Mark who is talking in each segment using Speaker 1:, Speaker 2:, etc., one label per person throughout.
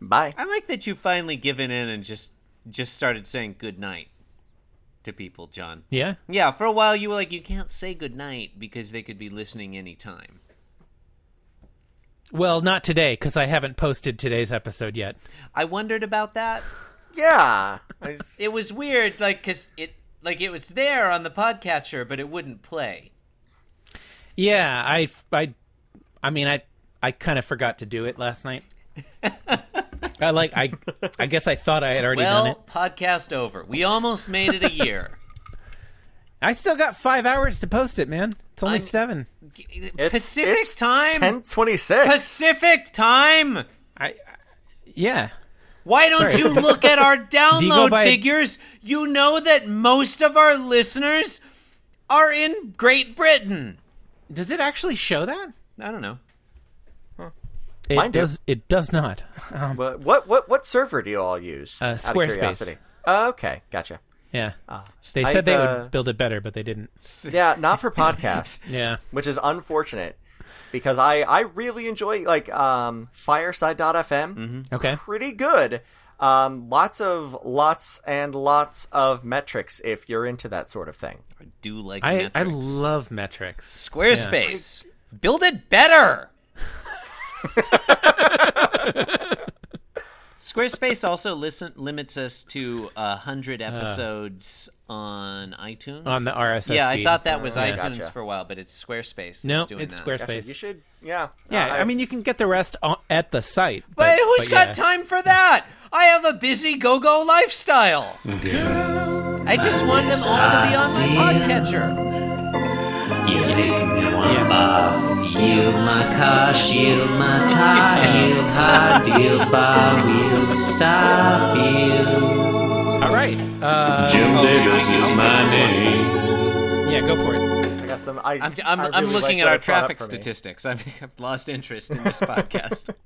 Speaker 1: Bye.
Speaker 2: I like that you finally given in and just just started saying good night to people, John.
Speaker 3: Yeah.
Speaker 2: Yeah, for a while you were like you can't say good night because they could be listening anytime.
Speaker 3: Well, not today because I haven't posted today's episode yet.
Speaker 2: I wondered about that.
Speaker 1: Yeah. I s-
Speaker 2: It was weird like cuz it like it was there on the podcatcher but it wouldn't play.
Speaker 3: Yeah, I, I, I mean, I, I kind of forgot to do it last night. I like, I, I guess I thought I had already done it.
Speaker 2: Well, podcast over. We almost made it a year.
Speaker 3: I still got five hours to post it, man. It's only
Speaker 2: I'm-
Speaker 3: seven.
Speaker 1: it's,
Speaker 2: Pacific time.
Speaker 1: Ten twenty six.
Speaker 2: Pacific time.
Speaker 3: I, I yeah.
Speaker 2: Why don't
Speaker 3: Sorry.
Speaker 2: you look at our
Speaker 3: you go
Speaker 2: download
Speaker 3: by-
Speaker 2: figures? You know that most of our listeners are in Great Britain.
Speaker 3: Does it actually show that?
Speaker 2: I don't know.
Speaker 3: It
Speaker 1: Mine do.
Speaker 3: does. It does not. Um,
Speaker 1: What what what what server do you all use?
Speaker 3: Uh,
Speaker 1: out of
Speaker 3: Squarespace.
Speaker 1: curiosity? Oh, okay, gotcha.
Speaker 3: yeah. they
Speaker 1: I've,
Speaker 3: said they
Speaker 1: uh,
Speaker 3: would build it better, but they didn't.
Speaker 1: Yeah, not for podcasts.
Speaker 3: Yeah.
Speaker 1: which is unfortunate because I I really enjoy like um Fireside.fm.
Speaker 2: Mm-hmm.
Speaker 3: Okay.
Speaker 1: pretty good. Um, lots of lots and lots of metrics if you're into that sort of thing.
Speaker 2: I do like
Speaker 3: I
Speaker 2: metrics.
Speaker 3: I love metrics.
Speaker 2: Squarespace. Build it better. Squarespace also listen, limits us to a hundred episodes on iTunes
Speaker 3: Uh. On the RSS
Speaker 2: Yeah, I
Speaker 3: feed.
Speaker 2: thought that was iTunes
Speaker 1: Gotcha.
Speaker 2: for a while, but it's Squarespace.
Speaker 3: No,
Speaker 2: that's doing
Speaker 3: it's
Speaker 2: that.
Speaker 3: Squarespace.
Speaker 1: Gotcha. You should, yeah, Uh,
Speaker 3: Yeah,
Speaker 1: I-
Speaker 3: I, mean, you can get the rest on, at the site.
Speaker 2: Uh, But, who's
Speaker 3: but
Speaker 2: got
Speaker 3: yeah.
Speaker 2: time for that? I have a busy go-go lifestyle. I just want them all to be on my podcatcher.
Speaker 4: You want bar, you my car, you my tie, you hard, you bar, will stop you.
Speaker 3: All right. Uh,
Speaker 5: Jim Davis is my name.
Speaker 3: yeah, go for it.
Speaker 1: I got some. I,
Speaker 2: I'm, I'm,
Speaker 1: I
Speaker 2: I'm
Speaker 1: really
Speaker 2: looking
Speaker 1: like
Speaker 2: at
Speaker 1: what
Speaker 2: our
Speaker 1: it brought up
Speaker 2: traffic
Speaker 1: for me.
Speaker 2: statistics. I've, I've lost interest in this podcast.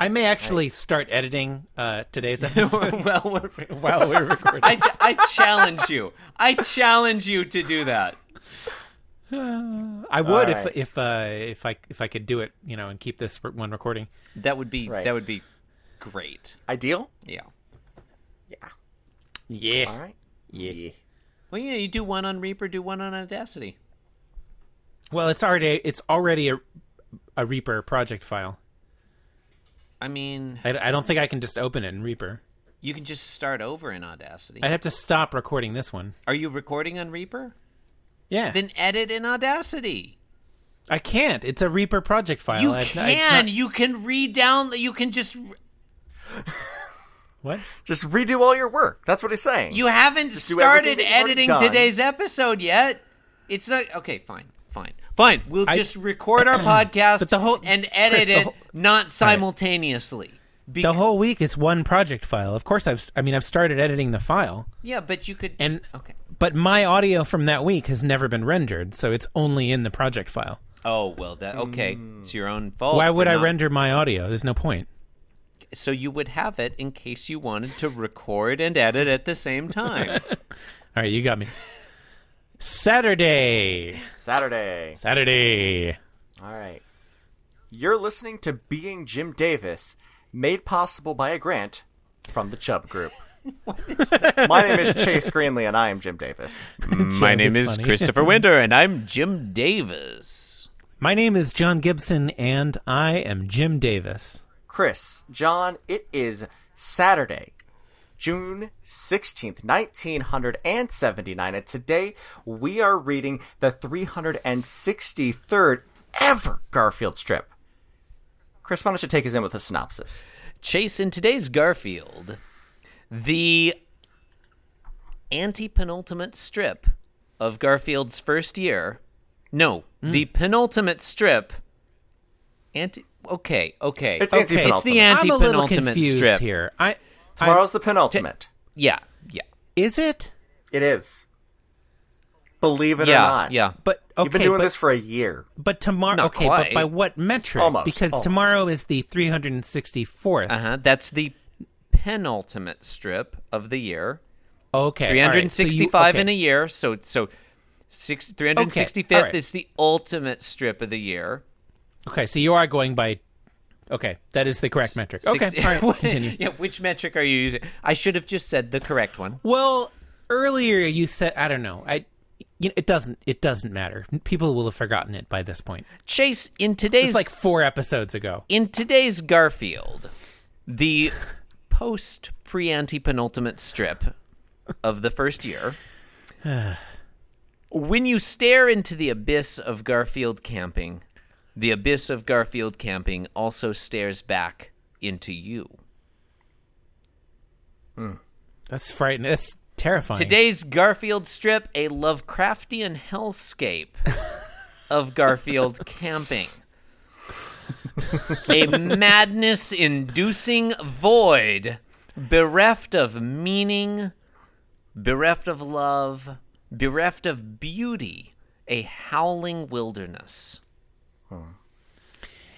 Speaker 3: I may actually start editing uh, today's episode
Speaker 2: well, we're,
Speaker 3: while we're recording.
Speaker 2: I, I challenge you. I challenge you to do that.
Speaker 3: I would
Speaker 1: All right.
Speaker 3: if if uh, if I if I could do it, you know, and keep this re- one recording.
Speaker 2: That would be
Speaker 1: Right.
Speaker 2: that would be great.
Speaker 1: Ideal.
Speaker 2: Yeah.
Speaker 1: All
Speaker 3: Yeah.
Speaker 1: right. Yeah.
Speaker 2: Well, yeah, you do one on Reaper, do one on Audacity.
Speaker 3: Well, it's already it's already a a Reaper project file.
Speaker 2: I mean,
Speaker 3: I, I don't think I can just open it in Reaper.
Speaker 2: you can just start over in Audacity.
Speaker 3: I'd have to stop recording this one.
Speaker 2: Are you recording on Reaper?
Speaker 3: Yeah.
Speaker 2: Then edit in Audacity.
Speaker 3: I can't. It's a Reaper project file.
Speaker 2: You
Speaker 3: I- it's not-
Speaker 2: can. You can re-download. You can just.
Speaker 3: what?
Speaker 1: Just redo all your work. That's what he's saying.
Speaker 2: You haven't
Speaker 1: do everything
Speaker 2: started
Speaker 1: that you've already
Speaker 2: editing
Speaker 1: done.
Speaker 2: today's episode yet. It's not okay. Fine. Fine. Fine. We'll
Speaker 3: I-
Speaker 2: just record our podcast
Speaker 3: But the whole-
Speaker 2: and edit
Speaker 3: Chris, the
Speaker 2: it
Speaker 3: whole-
Speaker 2: not simultaneously. Bec-
Speaker 3: The whole week is one project file. Of course, I've s- I mean I've started editing the file,
Speaker 2: yeah, but you could.
Speaker 3: and
Speaker 2: okay.
Speaker 3: but my audio from that week has never been rendered, so it's only in the project file.
Speaker 2: Oh well. That okay. It's your own fault.
Speaker 3: Why
Speaker 2: Oh, for
Speaker 3: would I
Speaker 2: not-
Speaker 3: render my audio? There's no point.
Speaker 2: So you would have it in case you wanted to record and edit at the same time.
Speaker 3: All right, you got me. Saturday,
Speaker 1: Saturday.
Speaker 3: Saturday.
Speaker 1: All right. You're listening to Being Jim Davis, made possible by a grant from the Chubb Group. My name is Chase Greenley, and I am Jim Davis.
Speaker 2: My name
Speaker 3: is
Speaker 2: is
Speaker 3: funny.
Speaker 2: Christopher Winter, and I'm Jim Davis.
Speaker 3: My name is John Gibson, and I am Jim Davis.
Speaker 1: Chris, John, it is Saturday, June 16th, 1979, and today we are reading the 363rd ever Garfield strip. Chris, why don't you take us in with a synopsis?
Speaker 2: Chase, in today's Garfield, the anti-penultimate strip of Garfield's first year. No,
Speaker 3: Hmm.
Speaker 2: the penultimate strip. Anti. Okay, okay.
Speaker 1: It's
Speaker 3: Okay.
Speaker 1: anti-penultimate.
Speaker 2: It's the
Speaker 3: I'm a little
Speaker 2: anti-penultimate
Speaker 3: confused
Speaker 2: strip.
Speaker 3: here. I, I
Speaker 1: Tomorrow's the penultimate.
Speaker 2: Yeah, yeah,
Speaker 3: is it?
Speaker 1: it is. Believe it
Speaker 2: yeah,
Speaker 1: or not.
Speaker 2: yeah.
Speaker 3: But okay,
Speaker 1: You've been doing
Speaker 3: but,
Speaker 1: this for a year.
Speaker 3: but tomorrow.
Speaker 2: Not
Speaker 3: Okay,
Speaker 2: quite.
Speaker 3: but by what metric?
Speaker 1: Almost,
Speaker 3: because
Speaker 1: almost.
Speaker 3: tomorrow is the 364th.
Speaker 2: Uh huh. That's the penultimate strip of the year.
Speaker 3: Okay, all right, so you-
Speaker 2: 365 in a
Speaker 3: okay.
Speaker 2: year. So so six, 365th
Speaker 3: right.
Speaker 2: is the ultimate strip of the year.
Speaker 3: Okay, so you are going by. Okay, that is the correct metric. Okay,
Speaker 2: 60
Speaker 3: all right,
Speaker 2: What-
Speaker 3: continue.
Speaker 2: Yeah, which metric are you using? I should have just said the correct one.
Speaker 3: Well, earlier you said I don't know. I you know, it doesn't it doesn't matter. People will have forgotten it by this point.
Speaker 2: Chase, in today's
Speaker 3: It's like four episodes ago.
Speaker 2: in today's Garfield, the post pre antepenultimate strip of the first year, when you stare into the abyss of Garfield camping, the abyss of Garfield camping also stares back into you.
Speaker 3: That's frightening. That's terrifying.
Speaker 2: Today's Garfield strip, a Lovecraftian hellscape of Garfield camping. a madness inducing void, bereft of meaning, bereft of love, bereft of beauty, a howling wilderness.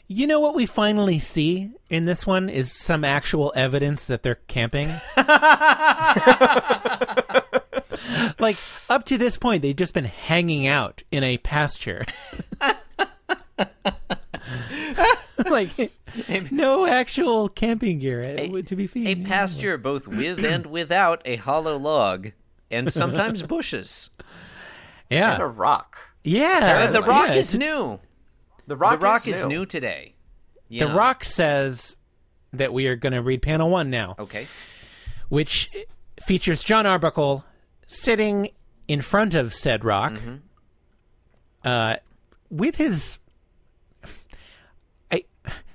Speaker 3: You know what we finally see in this one is some actual evidence that they're camping. like up to this point they've just been hanging out in a pasture. like no actual camping gear eh, to be
Speaker 2: A
Speaker 3: seen.
Speaker 2: pasture both with and without a hollow log, and sometimes bushes.
Speaker 1: And a
Speaker 3: Yeah.
Speaker 1: rock.
Speaker 3: Yeah.
Speaker 2: The rock
Speaker 3: yeah,
Speaker 2: is new.
Speaker 1: The rock,
Speaker 2: The rock is
Speaker 1: new.
Speaker 2: new today.
Speaker 3: The
Speaker 2: Yeah.
Speaker 3: Rock says that we are going to read panel one now,
Speaker 2: Okay.
Speaker 3: which features John Arbuckle sitting in front of said rock
Speaker 2: Mm-hmm.
Speaker 3: uh, with his. I,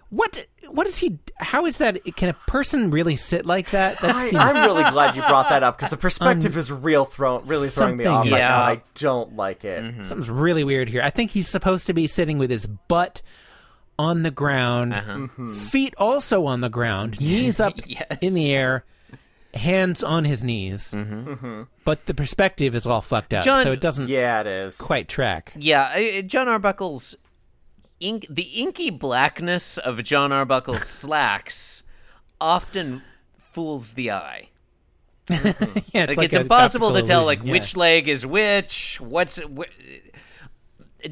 Speaker 3: what what is he? How is that? Can a person really sit like that? That
Speaker 1: I,
Speaker 3: seems
Speaker 1: I'm really glad you brought that up because the perspective is real thrown, really throwing me off.
Speaker 3: something Mm-hmm.
Speaker 1: right
Speaker 2: is
Speaker 1: now.
Speaker 2: up.
Speaker 1: I don't like it.
Speaker 3: something's really weird here. I think he's supposed to be sitting with his butt on the ground, feet also on the ground, knees up
Speaker 2: Uh-huh. Yes.
Speaker 3: in the air, hands on his knees. But the perspective is all fucked up,
Speaker 2: Mm-hmm. John-
Speaker 3: so it doesn't
Speaker 1: Yeah, it is.
Speaker 3: quite track.
Speaker 2: Yeah, I- I- John Arbuckle's ink, the inky blackness of John Arbuckle's slacks often fools the eye.
Speaker 3: Yeah, it's
Speaker 2: Like,
Speaker 3: like
Speaker 2: it's
Speaker 3: a
Speaker 2: impossible to
Speaker 3: optical
Speaker 2: tell like
Speaker 3: illusion, yeah.
Speaker 2: which leg is which. What's wh-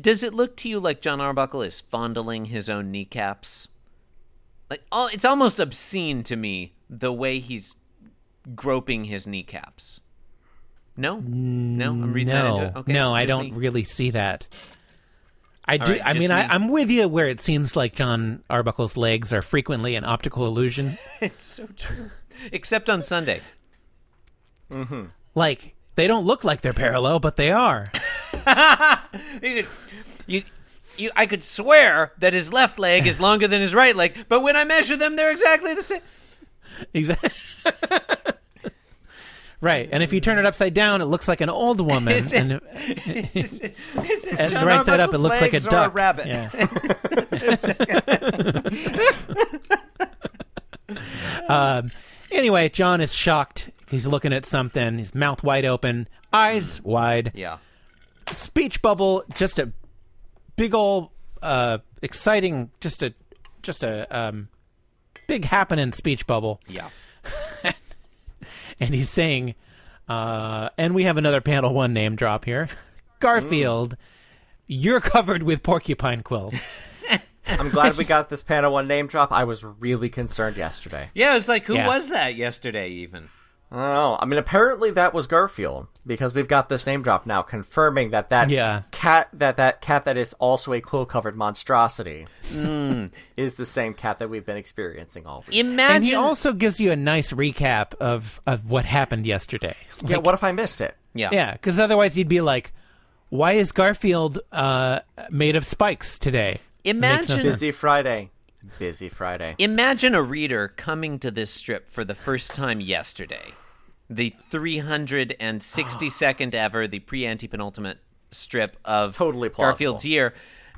Speaker 2: does it look to you like John Arbuckle is fondling his own kneecaps? Like, all, it's almost obscene to me the way he's groping his kneecaps. No, no, I'm reading that
Speaker 3: No,
Speaker 2: into it. Okay,
Speaker 3: no, I
Speaker 2: just me.
Speaker 3: don't really see that. I do.
Speaker 2: right,
Speaker 3: I
Speaker 2: just
Speaker 3: mean,
Speaker 2: me.
Speaker 3: I, I'm with you where it seems like John Arbuckle's legs are frequently an optical illusion.
Speaker 2: It's so true, except on Sunday.
Speaker 3: like they don't look like they're parallel, but they are.
Speaker 2: You could, you, you, I could swear that his left leg is longer than his right leg, but when I measure them, they're exactly the same.
Speaker 3: Exactly. right, and if you turn it upside down, it looks like an old woman,
Speaker 2: Is it-
Speaker 3: and,
Speaker 2: Is it, is it
Speaker 3: and
Speaker 2: John
Speaker 3: right side up, it
Speaker 2: Arbuckle's
Speaker 3: looks like a
Speaker 2: legs or
Speaker 3: duck.
Speaker 2: rabbit.
Speaker 3: Yeah. um, anyway, John is shocked. He's looking at something. His mouth wide open, eyes wide.
Speaker 2: Mm. Yeah.
Speaker 3: speech bubble just a big ol' uh exciting just a just a um big happening speech bubble
Speaker 2: Yeah.
Speaker 3: and he's saying uh and we have another panel one name drop
Speaker 2: Mm.
Speaker 3: here garfield you're covered with porcupine quills
Speaker 1: I'm glad we got this panel one name drop. I was really concerned yesterday.
Speaker 2: Yeah, it's like who
Speaker 3: Yeah.
Speaker 2: was that yesterday even?
Speaker 1: I don't know. I mean, apparently that was Garfield because we've got this name drop now confirming that that
Speaker 3: Yeah.
Speaker 1: cat that that cat that is also a quill covered monstrosity is the same cat that we've been experiencing all week.
Speaker 3: and he
Speaker 2: Imagine
Speaker 3: also gives you a nice recap of of what happened yesterday
Speaker 1: yeah, what if I missed it?
Speaker 2: yeah.
Speaker 3: yeah because otherwise you'd be like why is garfield uh made of spikes today Makes no
Speaker 2: Imagine
Speaker 3: sense.
Speaker 1: Busy Friday. Busy Friday.
Speaker 2: Imagine a reader coming to this strip for the first time yesterday, the 362nd ever, the pre antepenultimate strip of
Speaker 1: Totally plausible.
Speaker 2: Garfield's year,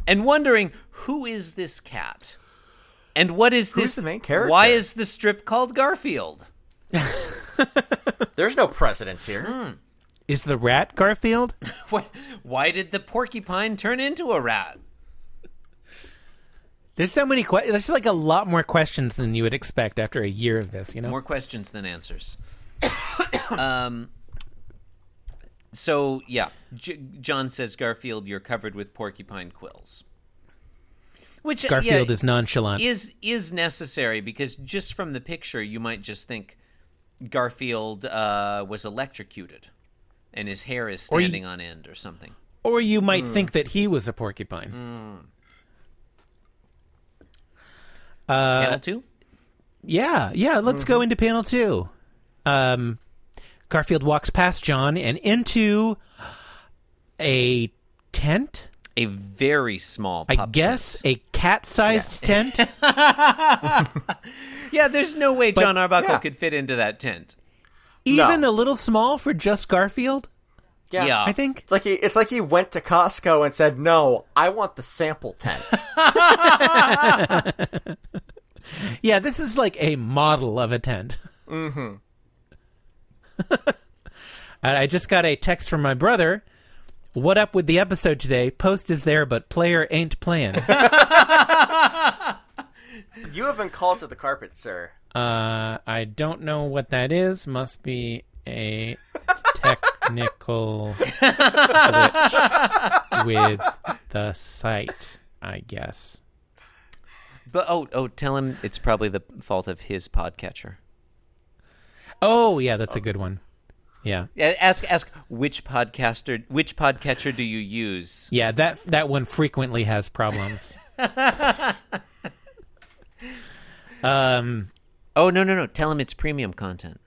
Speaker 2: and wondering who is this cat, and what is
Speaker 1: Who's
Speaker 2: this
Speaker 1: the main character?
Speaker 2: Why is the strip called Garfield?
Speaker 1: There's no precedence here.
Speaker 3: is the rat garfield
Speaker 2: Why, why did the porcupine turn into a rat?
Speaker 3: There's so many questions. There's like a lot more questions than you would expect after a year of this, you know?
Speaker 2: More questions than answers. um, so yeah, J- John says Garfield, you're covered with porcupine quills. Which yeah,
Speaker 3: Garfield is nonchalant.
Speaker 2: is is necessary because just from the picture you might just think Garfield uh, was electrocuted and his hair is
Speaker 3: Or you-
Speaker 2: standing on end or something.
Speaker 3: Or you might
Speaker 2: Hmm.
Speaker 3: think that he was a porcupine. Uh,
Speaker 2: Panel two?
Speaker 3: Yeah, yeah. Let's
Speaker 2: Mm-hmm.
Speaker 3: go into panel two. Um, Garfield walks past John and into a tent.
Speaker 2: A very small
Speaker 3: I
Speaker 2: pup
Speaker 3: guess a cat-sized tent.
Speaker 2: tent. Yeah, there's no way John Arbuckle
Speaker 1: yeah.
Speaker 2: could fit into that tent.
Speaker 3: Even a little small for just Garfield.
Speaker 1: Yeah.
Speaker 2: Yeah.
Speaker 3: I think.
Speaker 1: It's like he it's like he went to Costco and said, "No, I want the sample tent."
Speaker 3: Yeah, this is like a model of a tent. Mm-hmm. I just got a text from my brother. What up with the episode today? Post is there, but player ain't playing.
Speaker 1: you have been called to the carpet, sir.
Speaker 3: Uh, I don't know what that is. Must be a technical glitch with the site, I guess.
Speaker 2: But oh oh tell him it's probably the fault of his podcatcher.
Speaker 3: Oh, yeah, that's a good one. Yeah,
Speaker 2: Yeah, ask ask which podcaster which podcatcher do you use?
Speaker 3: yeah, that that one frequently has problems. um.
Speaker 2: Oh no no no, tell him it's premium content.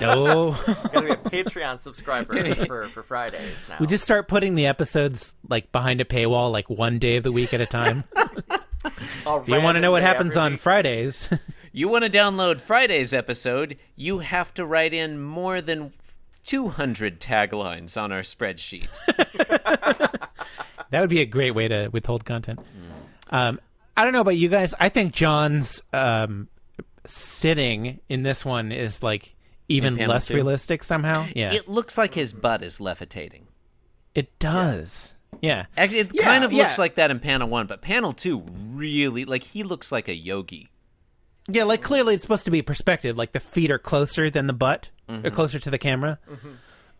Speaker 3: Oh,
Speaker 1: You're gonna be a Patreon subscriber for, for Fridays now.
Speaker 3: we just start putting the episodes like behind a paywall, like one day of the week at a time.
Speaker 1: I'll
Speaker 3: If you want to know
Speaker 1: randomly
Speaker 3: what happens
Speaker 1: every
Speaker 3: on
Speaker 1: week-
Speaker 3: Fridays,
Speaker 2: You want to download Friday's episode, you have to write in more than 200 taglines on our spreadsheet.
Speaker 3: That would be a great way to withhold content. Um, I don't know about you guys. I think John's um, sitting in this one is like even
Speaker 2: panel
Speaker 3: less
Speaker 2: two?
Speaker 3: realistic somehow. Yeah, it,
Speaker 2: It looks like his butt is levitating.
Speaker 3: does. Yeah,
Speaker 2: Actually, it
Speaker 3: Yeah,
Speaker 2: kind of
Speaker 3: yeah.
Speaker 2: looks like that in panel 1, but panel 2 really like he looks like a yogi.
Speaker 3: yeah. Like clearly, it's supposed to be perspective. Like the feet are closer than the butt, or closer to the camera,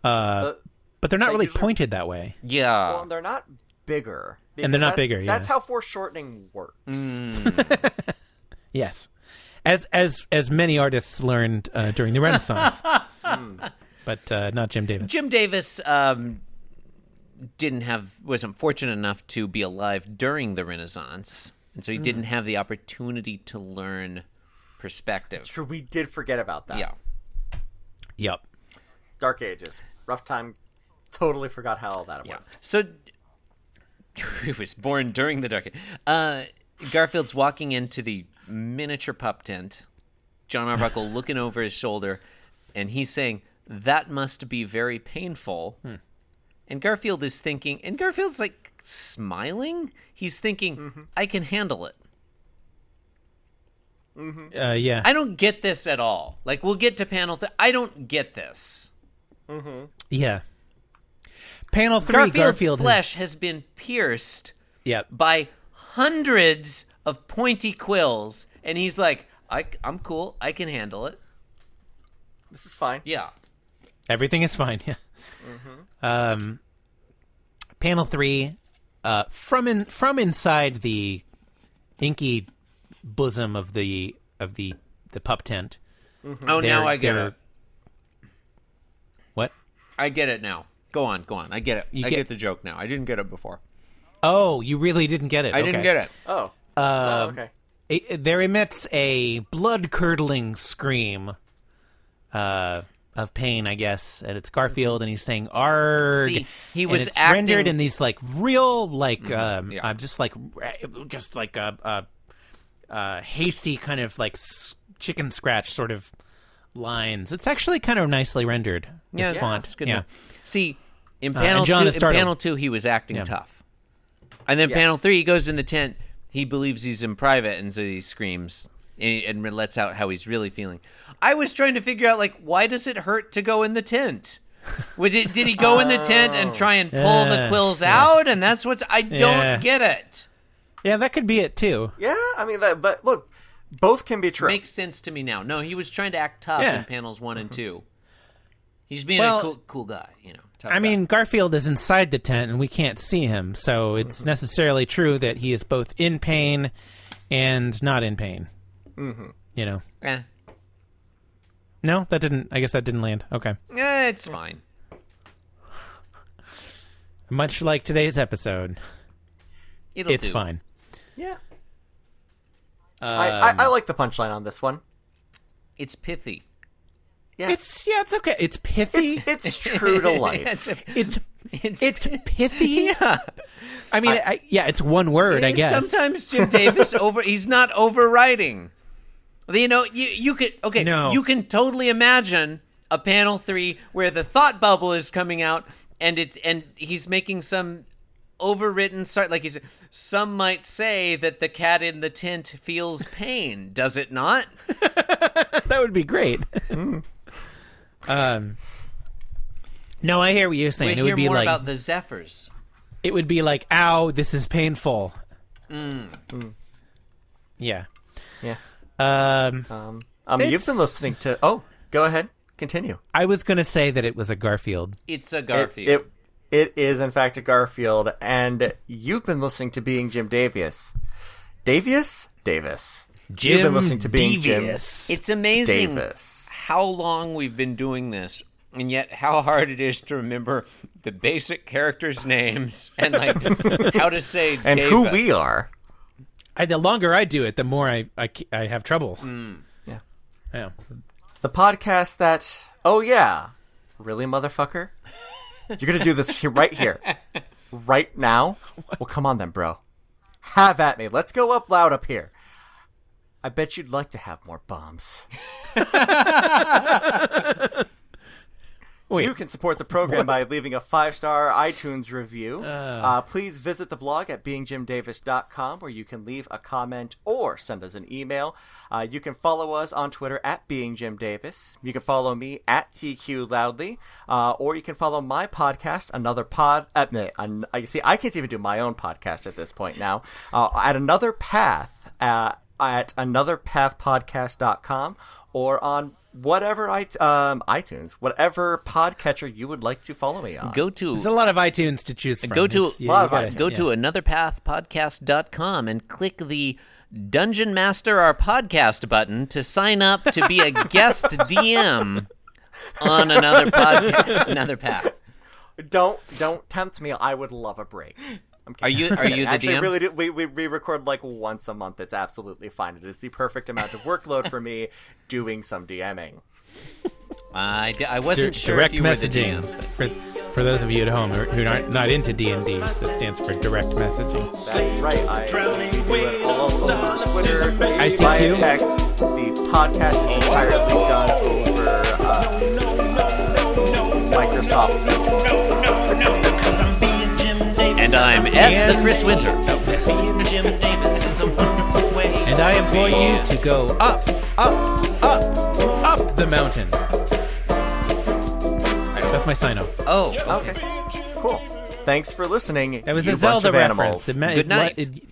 Speaker 1: Uh,
Speaker 3: but they're not
Speaker 1: Like
Speaker 3: really
Speaker 1: usually-
Speaker 3: pointed that way.
Speaker 2: Yeah.
Speaker 1: well, they're not bigger.
Speaker 3: And they're not
Speaker 1: because that's-
Speaker 3: bigger, yeah.
Speaker 1: That's how foreshortening works.
Speaker 2: Mm.
Speaker 3: Yes, as as as many artists learned uh, during the Renaissance, but uh, not Jim Davis.
Speaker 2: Jim Davis um, didn't have wasn't fortunate enough to be alive during the Renaissance, and so he didn't have the opportunity to learn perspective.
Speaker 1: True, we did forget about that.
Speaker 2: Yeah.
Speaker 3: Yep.
Speaker 1: Dark Ages, rough time. Totally forgot how all that worked.
Speaker 2: So he was born during the dark. Age. Uh, Garfield's walking into the miniature pup tent. John Arbuckle looking over his shoulder, and he's saying, "That must be very painful."
Speaker 3: Hmm.
Speaker 2: And Garfield is thinking, and Garfield's like smiling. He's thinking,
Speaker 3: Mm-hmm.
Speaker 2: "I can handle it."
Speaker 3: Uh, yeah.
Speaker 2: I don't get this at all. Like we'll get to panel. Th- I don't get this.
Speaker 3: Yeah. Panel three.
Speaker 2: Garfield's
Speaker 3: Garfield
Speaker 2: flesh has been pierced
Speaker 3: Has, yep.
Speaker 2: by hundreds of pointy quills, and he's like, I, "I'm cool. I can handle it."
Speaker 1: This is fine.
Speaker 2: Yeah.
Speaker 3: Everything is fine. Yeah.
Speaker 2: Mm-hmm.
Speaker 3: Um. Panel three. Uh, from in from inside the inky bosom of the of the the pup tent.
Speaker 2: Oh, now
Speaker 3: They're-
Speaker 2: I get
Speaker 3: they're-
Speaker 2: it.
Speaker 3: What?
Speaker 2: I get it now. Go on, go on. I get it. I
Speaker 3: get-
Speaker 2: get... the joke now. I didn't get it before.
Speaker 3: Oh, you really didn't get it.
Speaker 2: I didn't get it.
Speaker 1: Oh.
Speaker 3: Um,
Speaker 1: Well, okay.
Speaker 3: it. There emits a blood curdling scream. Uh. Of pain, I guess, and it's Garfield, and he's saying "arg."
Speaker 2: See, he
Speaker 3: and
Speaker 2: was
Speaker 3: it's
Speaker 2: acting- Mm-hmm,
Speaker 3: rendered in these like real, like um,
Speaker 2: yeah.
Speaker 3: uh, just like ra- just like a, a uh, hasty kind of like s- chicken scratch sort of lines. It's actually kind of nicely rendered. This
Speaker 2: it's-
Speaker 3: font,
Speaker 2: it's good
Speaker 3: yeah,
Speaker 2: enough. See, in
Speaker 3: Uh, and
Speaker 2: panel
Speaker 3: John
Speaker 2: two,
Speaker 3: is
Speaker 2: in
Speaker 3: startled.
Speaker 2: panel two, he was acting
Speaker 3: Yeah.
Speaker 2: tough, and then panel
Speaker 1: Yes.
Speaker 2: three, he goes in the tent. He believes he's in private, and so he screams and, and lets out how he's really feeling. I was trying to figure out like why does it hurt to go in the tent? Was it, did he go in the tent and try and pull the
Speaker 3: Yeah,
Speaker 2: quills out? And that's what's I don't
Speaker 3: Yeah.
Speaker 2: get it.
Speaker 3: yeah. That could be it too.
Speaker 1: Yeah, I mean that but look, both can be true.
Speaker 2: Makes sense to me now. No, he was trying to act tough
Speaker 3: Yeah.
Speaker 2: in panels one and two. He's being
Speaker 3: Well-
Speaker 2: a cool, cool guy, you know. type
Speaker 3: I
Speaker 2: guy.
Speaker 3: mean, Garfield is inside the tent and we can't see him, so it's necessarily true that he is both in pain and not in pain. You know.
Speaker 2: Eh.
Speaker 3: No, that didn't. I guess that didn't land. Okay.
Speaker 2: Eh, it's fine.
Speaker 3: Much like today's episode,
Speaker 2: It'll
Speaker 3: it's
Speaker 2: do.
Speaker 3: fine.
Speaker 1: Yeah. I, I,
Speaker 3: Um,
Speaker 1: I like the punchline on this one.
Speaker 2: It's pithy.
Speaker 1: Yeah. It's
Speaker 3: It's yeah, it's okay. It's pithy.
Speaker 1: it's, it's true to life.
Speaker 2: It's,
Speaker 3: It's
Speaker 2: it's,
Speaker 3: it's pithy. yeah. I mean, I, yeah, it's one word, I guess.
Speaker 2: Sometimes Jim Davis over he's not overwriting. You know, you you could okay,
Speaker 3: No.
Speaker 2: you can totally imagine a panel 3 where the thought bubble is coming out and it's and he's making some overwritten start like he's some might say that the cat in the tent feels pain, does it not?
Speaker 3: that would be great.
Speaker 2: Mm.
Speaker 3: um No, I hear what you're
Speaker 2: We
Speaker 3: saying. it
Speaker 2: hear
Speaker 3: would be
Speaker 2: more
Speaker 3: like
Speaker 2: about the zephyrs.
Speaker 3: it would be like, "Ow, this is painful."
Speaker 2: Mm.
Speaker 1: Mm.
Speaker 3: Yeah.
Speaker 1: Yeah.
Speaker 3: Um
Speaker 1: Um, um you've been
Speaker 3: It's-
Speaker 1: listening to Oh, go ahead. Continue.
Speaker 3: I was going to say that it was a Garfield.
Speaker 2: It's a
Speaker 1: It,
Speaker 2: Garfield.
Speaker 1: it it is in fact a Garfield and you've been listening to Being Jim Davius. Davius? Davis. you've been listening to Being
Speaker 3: Devious.
Speaker 2: it's
Speaker 1: Jim
Speaker 2: amazing.
Speaker 1: Davis.
Speaker 2: how long we've been doing this and yet how hard it is to remember the basic characters names and like how to say
Speaker 1: And
Speaker 2: Davis.
Speaker 1: who we are.
Speaker 3: I, the longer I do it, the more I I, ke- I have trouble.
Speaker 2: Mm.
Speaker 1: Yeah.
Speaker 3: Yeah.
Speaker 1: The podcast that oh yeah. Really motherfucker? You're gonna do this he- right here. Right now? Well come on then, bro. Have at me. Let's go up loud up here. I bet you'd like to have more bombs.
Speaker 3: Wait.
Speaker 1: You can support the program by leaving a five star iTunes review. Uh, please visit the blog at beingjimdavis.com where you can leave a comment or send us an email. Uh, you can follow us on Twitter at beingjimdavis. You can follow me at tqloudly, uh, or you can follow my podcast, another pod. Uh, no, an- I see. I can't even do my own podcast at this point now. Uh, at another path. Uh, at anotherpathpodcast.com or on whatever it, um, iTunes, whatever podcatcher you would like to follow me on.
Speaker 2: go to
Speaker 3: There's a lot of iTunes to choose from.
Speaker 2: go to
Speaker 3: It's- yeah,
Speaker 1: lot
Speaker 3: you
Speaker 1: of
Speaker 3: gotta-
Speaker 1: iTunes.
Speaker 2: go to anotherpathpodcast.com and click the dungeon master our podcast button to sign up to be a guest dm on another podcast another path
Speaker 1: Don't don't tempt me. I would love a break. I'm
Speaker 2: are
Speaker 1: kidding.
Speaker 2: you are you the
Speaker 1: Actually,
Speaker 2: dm
Speaker 1: really, do, we, we we record like once a month. It's absolutely fine. It is the perfect amount of workload for me doing some DMing.
Speaker 2: I, d- I
Speaker 3: Dir-
Speaker 2: wasn't sure
Speaker 3: direct
Speaker 2: if you
Speaker 3: messaging
Speaker 2: were the dm
Speaker 3: for, for those of you at home who who aren't not into D and D. That stands for direct messaging.
Speaker 1: That's right. I
Speaker 6: Drowning
Speaker 1: we do it all
Speaker 6: whale,
Speaker 1: over Twitter,
Speaker 6: solipsism,
Speaker 3: ICQ.
Speaker 1: via text. The podcast is entirely done over uh, Microsoft Speak.
Speaker 2: and i'm at the chris winter
Speaker 3: And I implore you to go up, up, up, up the mountain. That's my sign off.
Speaker 2: oh
Speaker 1: Okay, cool. Thanks for listening.
Speaker 3: That was
Speaker 1: you
Speaker 3: a
Speaker 1: bunch
Speaker 3: Zelda
Speaker 1: of animals.
Speaker 3: reference. It meant-
Speaker 2: Good
Speaker 3: it li-
Speaker 2: night.
Speaker 3: it-